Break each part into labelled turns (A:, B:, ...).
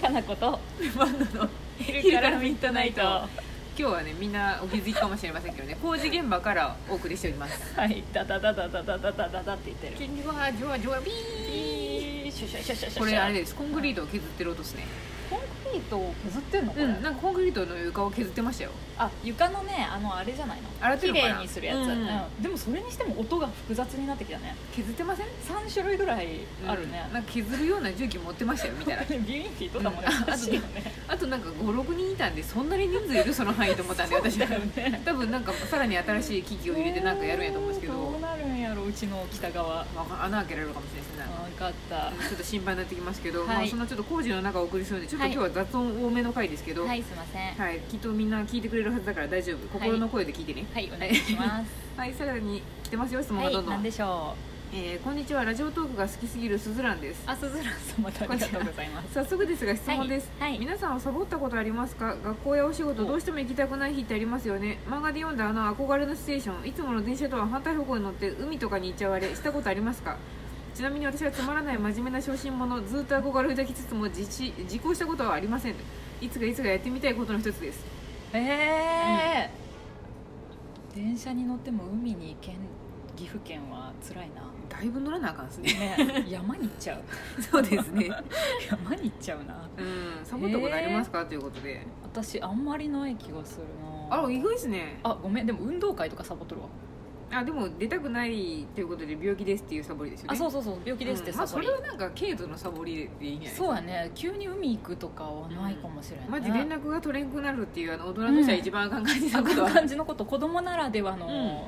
A: かなこと
B: バンドの
A: 昼
B: 昼
A: か
B: からら
A: ミ
B: ミ
A: ッ
B: ッ
A: ド
B: ド
A: ナ
B: ナ
A: イ
B: イ
A: ト
B: ト今日はねみんなお気づきかもしれませんけどね工事現場からお送りしております
A: はいダダダダダダダダダダって言ってる
B: 金魚はジョワジョワビ
A: ピーシュシュシュシュシュシュ
B: これあれですコンクリートを削ってる音ですね
A: コンクリートを削ってんのこれ、
B: うんなんかコンクリートの床を削ってましたよ
A: あ床のねあのあれじゃないの
B: 洗って
A: 綺
B: るのかな
A: 麗にするやつ、
B: うん
A: うんでもそれにしても音が複雑になってきたね
B: 削ってません
A: 3種類ぐらいあるね
B: う、んなんか削るような重機持ってましたよみたい な
A: ビュインティーとかもね、
B: うん
A: おかしいよね
B: あとなんか56人いたんでそんなに人数いるその範囲と思ったんで私は
A: だよね
B: 多分なんかさらに新しい機器を入れてなんかやるんやと思うんですけど、
A: どうなるんやろうちの北側
B: まあ、穴開けられるかもしれないですね
A: 分かった
B: ちょっと心配になってきますけど、
A: はい
B: まあ、そのちょっと工事の中をお送りするんでちょっと今日は雑音多めの回ですけど、はい
A: いすいません
B: きっとみんな聞いてくれるはずだから大丈夫心の声で聞いてね
A: はいお願いします
B: はい、さらに来てますよ質問
A: は
B: がど
A: い
B: んどん、
A: 何でしょ
B: えーこんにちはラジオトークが好きすぎるすずらんです
A: うあすずらんさんまたありがとうございます
B: 早速ですが質問です、
A: はいはい
B: 皆さんはサボったことありますか学校やお仕事
A: お
B: どうしても行きたくない日ってありますよね漫画で読んだあの憧れのステーションいつもの電車とは反対方向に乗って海とかに行っちゃわれしたことありますかちなみに私はつまらない真面目な小心者ずっと憧れを抱きつつも実施実行したことはありませんいつかいつかやってみたいことの一つです
A: えー電車に乗っても海に行けん岐阜県は辛いな
B: だいぶ乗らなあかんですね
A: ね山に行っちゃう
B: そうですね
A: 山に行っちゃうな
B: うんサボったことありますか、ということで
A: 私あんまりない気がするな
B: あ意外ですね
A: あごめんでも運動会とかサボっとるわ
B: あでも出たくないということで病気ですっていうサボりですよね
A: あそうそうそう病気ですって
B: うんま
A: サ
B: あ、そ
A: ボり、
B: れはなんか軽度のサボりでいいんじゃないですか
A: そうやね急に海行くとかはないかもしれない、ね
B: マジ連絡が取れんくなるっていうあの大人としては一番あかん感じなこと
A: あ
B: は、
A: の感じのこと子供ならではの、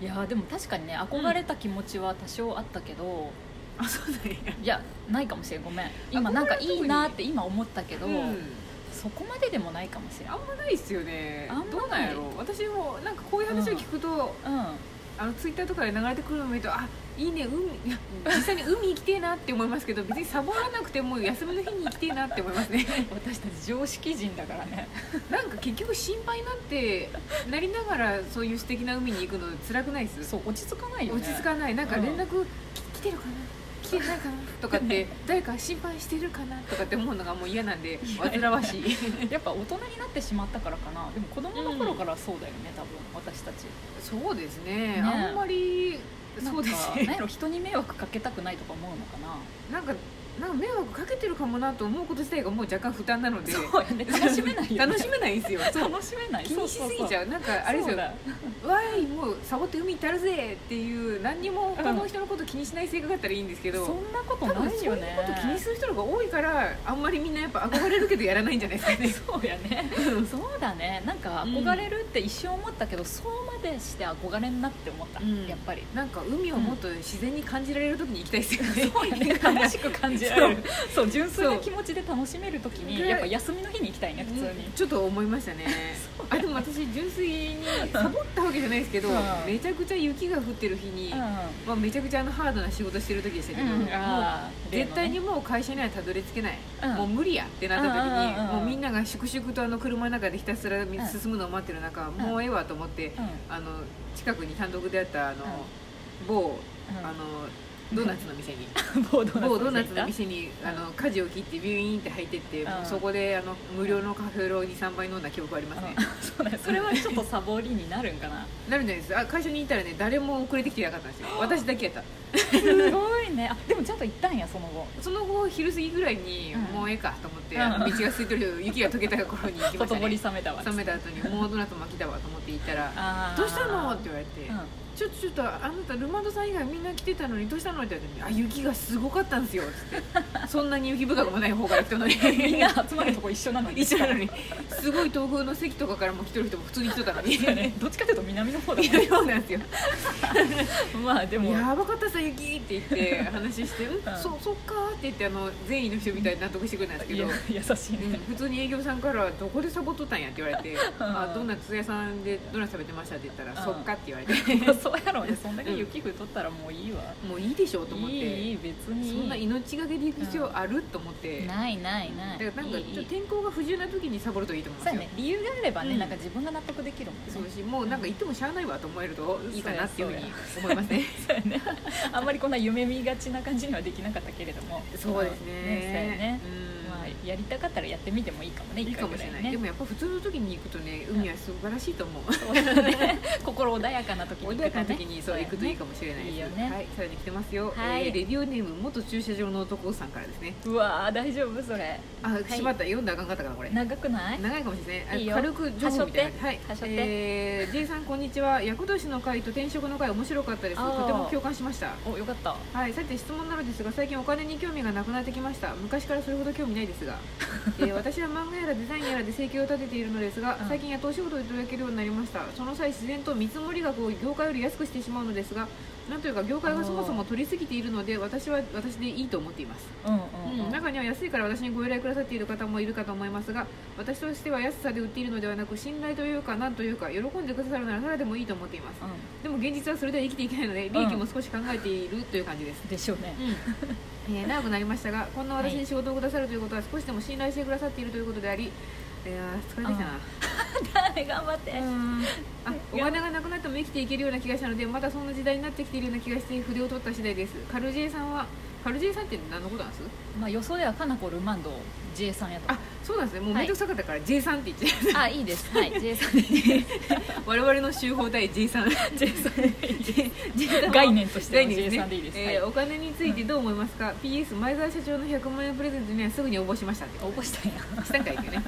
A: いやーでも確かにね憧れた気持ちは多少あったけど、
B: あそうなんや
A: いやないかもしれんごめん今なんかいいなって今思ったけど、
B: うん
A: そこまででもないかもしれん
B: あんまないっすよね
A: あんまない
B: どうなんやろう私もなんかこういう話を聞くと、
A: う
B: あのツイッターとかで流れてくるのを見るとあいいね海いや実際に海行きてえなって思いますけど別にサボらなくても休みの日に行きてえなって思いますね
A: ん私たち常識人だからね
B: なんか結局心配になってなりながらそういう素敵な海に行くの辛くないっす
A: そう落ち着かないよね
B: 落ち着かないなんか
A: うん
B: 連絡き来てるかな来てないかなとかって誰か心配してるかなとかって思うのがもう嫌なんで煩わしい
A: やっぱ大人になってしまったからかなでも子供の頃からそうだよね、多分私たち
B: そうですね
A: ね
B: あんまりそうです
A: なんか何
B: ね
A: やろ人に迷惑かけたくないとか思うのかな
B: なんかなんか迷惑かけてるかもなと思うこと自体がもう若干負担なので
A: そうやね楽しめないよ、ね、
B: 楽しめないんですよ そう
A: 楽しめない
B: 気にしすぎち
A: う
B: ゃうなんかあれですよ
A: だ
B: 「わーいもうサボって海行ったるぜ」っていう何にも他の人のこと気にしない性格だったらいいんですけ
A: そ
B: ど、
A: んなこと
B: 多分
A: ない
B: そう
A: よ
B: いう
A: ね
B: こと気にする人の方が多いからあんまりみんなやっぱ憧れるけどやらないんじゃないですか
A: そ
B: ね
A: うやねそうだねなんか憧れるって一瞬思ったけど、そうまでして憧れんなって思った、
B: うん
A: やっぱ り
B: なんか海をもっと自然に感じられる時に行きたいですよね。
A: そうやね楽しく感じられるそう純粋な気持ちで楽しめるときに
B: そう
A: やっぱ休みの日に行きたいね普通に、
B: ちょっと思いましたね。あでも私純粋にサボったわけじゃないですけど、
A: うん
B: めちゃくちゃ雪が降ってる日に、
A: うん
B: まあめちゃくちゃあのハードな仕事してる時でしたけど、もう
A: あー
B: 絶対に
A: 例
B: もう会社にはたどり着けない、
A: うん
B: もう無理やってなった時
A: うんうんうん
B: に、
A: うん
B: もうみんなが粛々とあの車の中でひたすら進むのを待ってる中、もうええわと思って、
A: のね
B: あの近くに単独であったあの、
A: うん
B: 某
A: うんうん
B: あのドーナツの 店に。
A: 某ド
B: 某ドーナツ
A: 行
B: の
A: った
B: 店に
A: うん
B: あの舵を切ってビューインって入ってって、
A: うん
B: そこであの無料のカフェローに3杯飲んだ記憶ありますね、
A: そうだねそれはちょっとサボりになるんかな
B: なるんじゃないですあ会社にいたらね誰も遅れてきてなかったんです よ私だけやった
A: すごいねあ でもちゃんと行ったんやその後
B: その後昼過ぎぐらいに、
A: うん
B: もうええかと思って、
A: うん
B: あの道が空い てる雪が溶けた頃に行きま
A: ほ
B: した、
A: とぼり
B: ね、
A: 冷めたわ
B: 冷めた後にもうドーナツ巻きだわと思って行ったら
A: あー
B: どうしたのって言われて、
A: うん
B: ちょっとちょっとあなたルマンドさん以外みんな来てたのにどうしたのって言われてあ雪がすごかったんですよつ ってそんなに雪深くもない方から来たのに
A: みんな集まるとこ一緒なのに
B: 一緒なのにすごい東風の席とかからも来てる人も普通に来てたの に
A: そうだねどっちかというと南の方だもんね
B: そうなんですよ
A: まあで
B: 「
A: も
B: やばかったさ雪」って言って話して「うん
A: ん
B: そそっか」って言ってあの善意の人みたいに納得してくれたんですけ
A: い
B: ど、
A: や
B: うん
A: 優しいね、
B: 普通に営業さんから「どこでサボっとったんや」って言われて「
A: ん
B: あドーナツ屋さんでドーナツ食べてました」って言ったら
A: ん
B: 「そっか」って言われて
A: まあ そうやろうねそんだけ雪降っとったらもういいわ、
B: 「もういいでしょ」と思っ
A: い
B: て
A: いいい別に
B: そんな命がけで行く必要ある、と思ってだか
A: ないないない
B: らなんか
A: いいい
B: ちょっと
A: い
B: 天候が不自由な時にサボるといいと思い
A: そう
B: ま
A: や
B: すよ
A: ね理由があればね、
B: うん
A: なんか自分が納得できるもんね
B: そうしもうなんか行ってもしゃあないわと思えるといいかなっていうふうに思いますね
A: そうやねあんまりこんな夢見がちな感じにはできなかったけれども
B: そうですね。
A: そうやね、
B: うん
A: まあ、ややりたかったらやってみてもいいかもね
B: いい
A: 一
B: か
A: 回ぐ
B: もし
A: ら
B: れないい、
A: ね
B: でもやっぱ普通の時に行くとね海は素晴らしいと思う、
A: そうだね 心穏やかな時に行く
B: 穏
A: とね
B: やかな時にそう行くといいかもしれないです
A: いいよね
B: はい、さらに来てますよ、
A: はい
B: えーレビューネーム元駐車場の男さんからですね
A: うわー大丈夫それ
B: あ、しまった読んだらあかんかったかなこれ
A: 長くない
B: 長いかもしれないあ
A: いいよ
B: 軽く情報みたいな
A: 端折って
B: はい
A: 端折って
B: えー、J さんこんにちは厄年の会と転職の会面白かったです
A: あー
B: とても共感しました
A: およかった
B: はい、さて質問なのですが最近お金に興味がなくなってきました昔からそれほど興味ない ですが、えー私は漫画やらデザインやらで生計を立てているのですが
A: うん
B: 最近は投資事をいただけるようになりましたその際自然と見積もり額を業界より安くしてしまうのですがなんというか業界がそもそも取りすぎているので私は私でいいと思っています、
A: うんうん、
B: うん、中には安いから私にご依頼くださっている方もいるかと思いますが私としては安さで売っているのではなく信頼というかなんというか喜んでくださるならただでもいいと思っています
A: う
B: でも現実はそれでは生きていけないので利益も少し考えているという感じです
A: んでしょうね
B: うんえー長くなりましたがこんな私に仕事をくださるということは少しでも信頼してくださっているということであり、えー、疲れてきたな
A: 頑張って
B: うんあお金がなくなっても生きていけるような気がしたのでまたそんな時代になってきているような気がして筆を取った次第ですカルジェイさんはカルジェイさんって何のことなんです
A: まあ予想ではかなこルマンド J さんやと
B: あそうなんですねもうめんどくさかったから J さんって言って
A: あいいですはい J さんで
B: 我々の集法対 J さん
A: J さん
B: ん
A: 概念としての
B: です
A: J
B: ね
A: さんでいいです、
B: えー
A: はい、
B: お金についてどう思いますか、PS 前澤社長の100万円プレゼントにはすぐに応募しましたって
A: 応募したんや
B: したんかいってね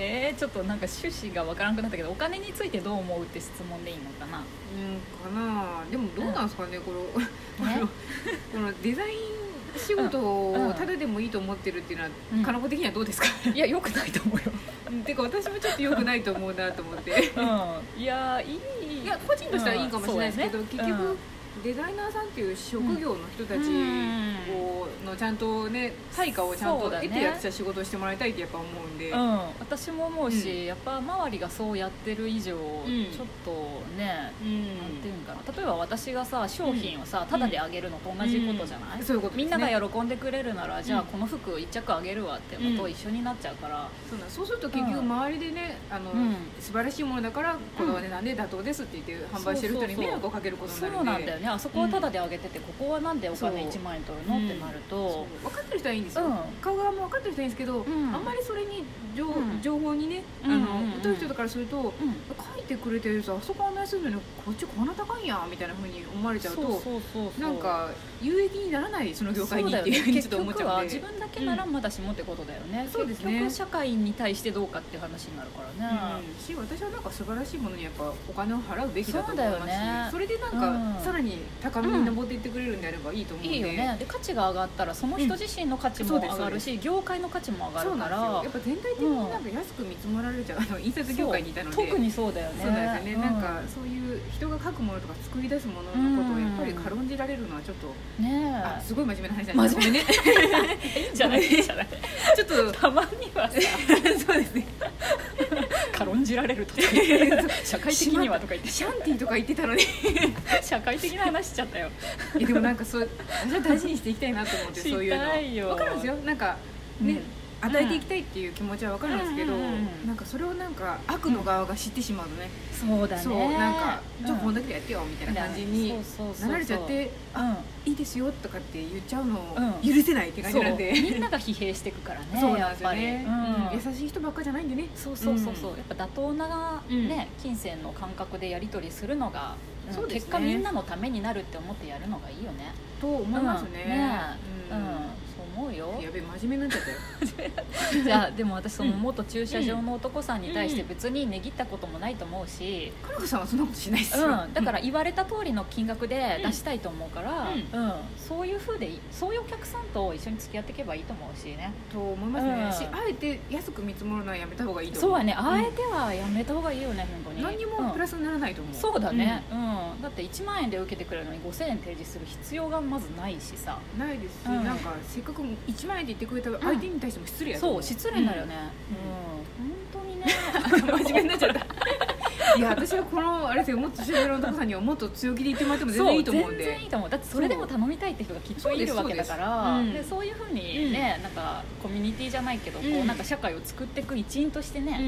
A: えー、ちょっとなんか趣旨がわからなくなったけどお金についてどう思うって質問でいいのかな
B: うんかなあでもどうなんですかね、このこ
A: ね
B: の このデザイン仕事
A: うんうん
B: をただでもいいと思ってるっていうのは、
A: うん
B: かなこ的にはどうですか
A: いやよくないと思うよ
B: うんてか私もちょっと良くないと思うなと思って
A: うんいやいい
B: いや個人としてはいいかもしれないですけど、
A: うんそうだ
B: 結
A: ね
B: 局、
A: うん
B: デザイナーさんっていう職業の人たちをのちゃんとね対価をちゃん
A: そ
B: と
A: うだね
B: 得てやってた仕事をしてもらいたいってやっぱ思うんで、
A: うん、私も思うし、
B: うん
A: やっぱ周りがそうやってる以上、
B: ん
A: ちょっとね、
B: うん
A: なんていうんかな例えば私がさ商品をさ、タダであげるのと同じことじゃない、
B: うんそういうことで
A: み
B: すね
A: んなが喜んでくれるなら、じゃあ
B: うん
A: この服1着あげるわってのと一緒になっちゃうから、
B: そうなんそうすると結局
A: うん
B: 周りでね、あの
A: うん
B: 素晴らしいものだからこれは値段で妥当ですって言って販売してる人に迷惑をかけることに
A: そ
B: なる
A: うなん
B: ん
A: だよ
B: で
A: ねあそこはタダであげててここはなんでお金1万円取るの
B: そう
A: ってなる
B: そ
A: と
B: う分かってる人はいいんですよ、
A: うん
B: 顔側も分かってる人はいいんですけど、
A: ん
B: あんまりそれに情,、
A: うん
B: 情報にねあ
A: うん
B: の、
A: うんうん
B: 疎い人からすると
A: うん、
B: 書いてくれてる人あそこは安いのにこっちこんな高いんやみたいなふうに思われちゃうと
A: そうそうそうそう
B: なんか有益にならないその業界に
A: そ
B: っ
A: う
B: て
A: だ
B: いう
A: よ
B: ふ
A: ね
B: うにちょっと思っち
A: 結局
B: ゃう
A: は
B: んで
A: 自分だけならまだしもってことだよね、
B: そうですね
A: 結局社会に対してどうかっていう話になるからね、
B: うん、し私はなんか素晴らしいものにやっぱお金を払うべきだと思い
A: そうだ
B: ま
A: よ
B: す
A: ね
B: しそれでなん
A: う
B: か
A: ん
B: さらに高みに登っていってくれるんであればいいと思うんで、
A: いいよねで価値が上がったらその人自身の価値も
B: うん
A: 上がるし、業界の価値も上が
B: そ
A: る
B: うな
A: か
B: んですよ
A: ら
B: やっぱ全体的になんか安く見積もられちゃうあの印刷業界にいたので
A: そう特にそうだよね
B: そうなんですよね、
A: う
B: なんかそういう人が書くものとか作り出すもののことをやっぱり軽んじられるのはちょっと、
A: ね
B: あすごい真面目な話なんです
A: 真面
B: 目ね
A: えいいんじゃないいいんじゃない
B: ちょっと
A: たまにはさ
B: そうですね
A: 軽んじられると か言って社会的にはとか言って
B: シャンティとか言ってたのに
A: 社会的な話しちゃったよ
B: いやでもなんかそう私は大事にしていきたいなと思ってそういう
A: したいよ
B: のわかるんですよなんかね、
A: うん
B: 与えていきたいっていう気持ちはわかるんですけど、
A: うんうんうんうん
B: なんかそれをなんか悪の側が知ってしまうのね、
A: そうだね
B: そうなんか「ちょっとこん
A: な
B: だけでやってよ」みたいな感じになられちゃって「あいいですよ」とかって言っちゃうの
A: う
B: 許せないって感
A: そ
B: じ
A: う
B: なん で、
A: みんなが疲弊していくからね
B: そうな
A: や
B: んで
A: っ
B: すよ
A: ぱり、
B: ね、
A: うん
B: うん優しい人ばっかじゃないんでね
A: そうそうそうそう、
B: うん
A: やっぱ妥当な、
B: うん
A: ね金銭の感覚でやり取りするのが、うん
B: そうですね
A: 結果みんなのためになるって思ってやるのがいいよね
B: と思いますね,、
A: うんね
B: う
A: うんん、そう思うよ
B: やべ真面目になっちゃったよ
A: じゃあでも私その
B: うん
A: 元駐車場の男さんに対して
B: うん
A: 別に値切ったこともないと思うし、
B: かなこさんはそんなことしないです
A: う
B: よ、
A: ん、だから言われた通りの金額で出したいと思うから、
B: う
A: うんそういう風でいいそういうお客さんと一緒に付き合っていけばいいと思うしね
B: と思いますね、
A: うん
B: しあえて安く見積もるのはやめた方がいいと
A: そう
B: 思う
A: はね
B: ん
A: あえてはやめた方がいいよね本当に
B: 何にもプラスにならないと思う、
A: そうだね、うんだって1万円で受けてくれるのに5000円提示する必要がまずないしさ
B: うん、ないですし、
A: うん
B: なんかせっかく1万円で言ってくれた相手に対しても失礼やと思
A: そう失礼になるよね、
B: う
A: うん本当にね
B: 真面目になっちゃったいや私はこのあれですよもっと強めの男さんにはもっと強気で言ってもらっても全然いいと思うん
A: 全然い
B: で
A: いと思うだってそれでも頼みたいって人がきっといるわけだから
B: そ
A: そ
B: う
A: う
B: ですそう
A: で
B: です
A: そういうふうにね、なんかコミュニティじゃないけど、こ
B: う
A: うんなんか社会を作っていく一員としてね、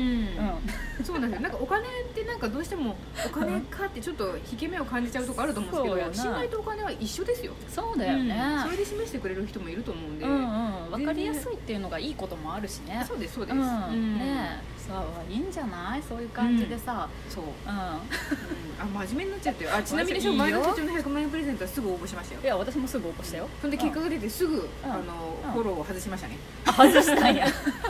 A: うん
B: そうなんですよなんかお金ってなんかどうしてもお金かってちょっと引け目を感じちゃうとこあると思うん
A: そうやな
B: ですけど信頼とお金は一緒ですよ
A: そうだよね、
B: うんそれで示してくれる人もいると思うんで、
A: うんうん、分かりやすいっていうのがいいこともあるしね
B: そうですそうで
A: う
B: す、
A: ん
B: うん
A: ねえさあいいんじゃないそういう感じでさ、
B: そう、
A: うん
B: うんあ真面目になっちゃってあちなみに
A: 真面目い
B: 前
A: いよ
B: の社長の100万円プレゼントはすぐ応募しましたよ
A: いや私もすぐ応募したよ
B: そんで結果が出てすぐ、あの
A: うん
B: フォローを外し ましたね
A: あ外したんや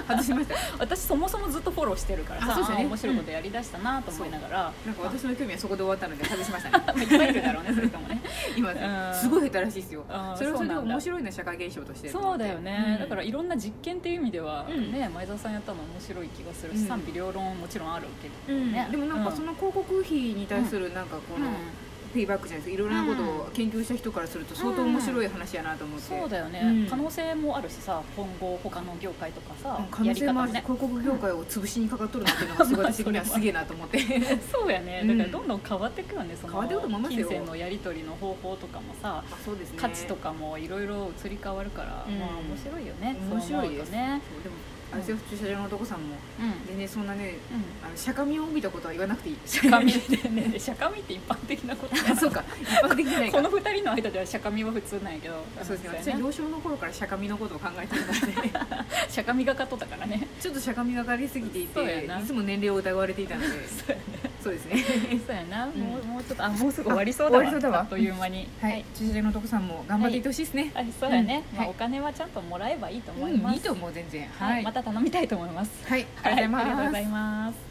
B: 外しました
A: 私そもそもずっとフォローしてるから
B: あ
A: さ
B: そうですよね
A: あ面白いことやりだしたなと思いながら、
B: なんか私の興味はそこで終わったので外しました ね
A: いっぱいいるだろうねそれともね
B: 今
A: うん
B: すごい下手らしいですよ
A: あー
B: それはそれで
A: そうなんだ
B: 面白いな社会現象として
A: そうだよね、
B: うん
A: だからいろんな実験っていう意味では、
B: うん
A: ね前澤さんやったの面白い気がするし、
B: うん
A: 賛否両論もちろんあるけ
B: う
A: ど
B: ん
A: ね、
B: でもなんか
A: う
B: その広告費に対するなんかこの
A: うん
B: フィーバックじゃないですかいろいろなことを研究した人からすると相当面白い話やなと思って
A: そうだよね、
B: うん
A: 可能性もあるしさ今後他の業界とかさ、
B: うん可能性もあるし
A: やり方
B: 広告業界を潰しにかかっとるなっていうのがすごい私的にはすげえなと思って
A: もね そうやね
B: う
A: だ
B: ん
A: からどんどん変わっていくよね、その
B: 変わっていくと思いますよ
A: 金銭のやり取りの方法とかもさ
B: あそうですね
A: 価値とかもいろいろ移り変わるから、
B: うん
A: まあ面白いよね
B: 面白い
A: そう思
B: で
A: う
B: す
A: とね
B: そうでもあれですよ駐車場の男さんも
A: うん
B: 全然そんなね
A: うん
B: あの釈迦みを帯びたことは言わなくて いい
A: 釈迦みでね釈迦みって一般的なこと
B: あ そうか一般的じゃない
A: こ
B: か
A: の二人の間では釈迦みは普通なんやけど
B: そうですね私
A: よ
B: は幼少の頃から釈迦みのことを考えてたの で
A: 釈迦みがかっとったからね
B: ちょっと釈迦みがかりすぎてい
A: そう
B: て
A: やない
B: つも年齢を疑われていたので
A: そうやね
B: そうですね
A: そうやな、もう
B: うん
A: もうちょっとあもうすぐ終わりそうだわ
B: あ終わりそうだわ
A: あっという間に、
B: はい、駐車場のとこさんも頑張っていってほしいですね。
A: あそうやね、
B: うん
A: まあ
B: はい
A: お金はちゃんともらえばいいと思
B: う
A: います、
B: ん、いいと思う全然。
A: はい、また頼み頼みたいと思います
B: はい、あ
A: は
B: り
A: い
B: がと
A: あ
B: うござい
A: りがとう
B: ま
A: ご
B: す
A: ざい。ます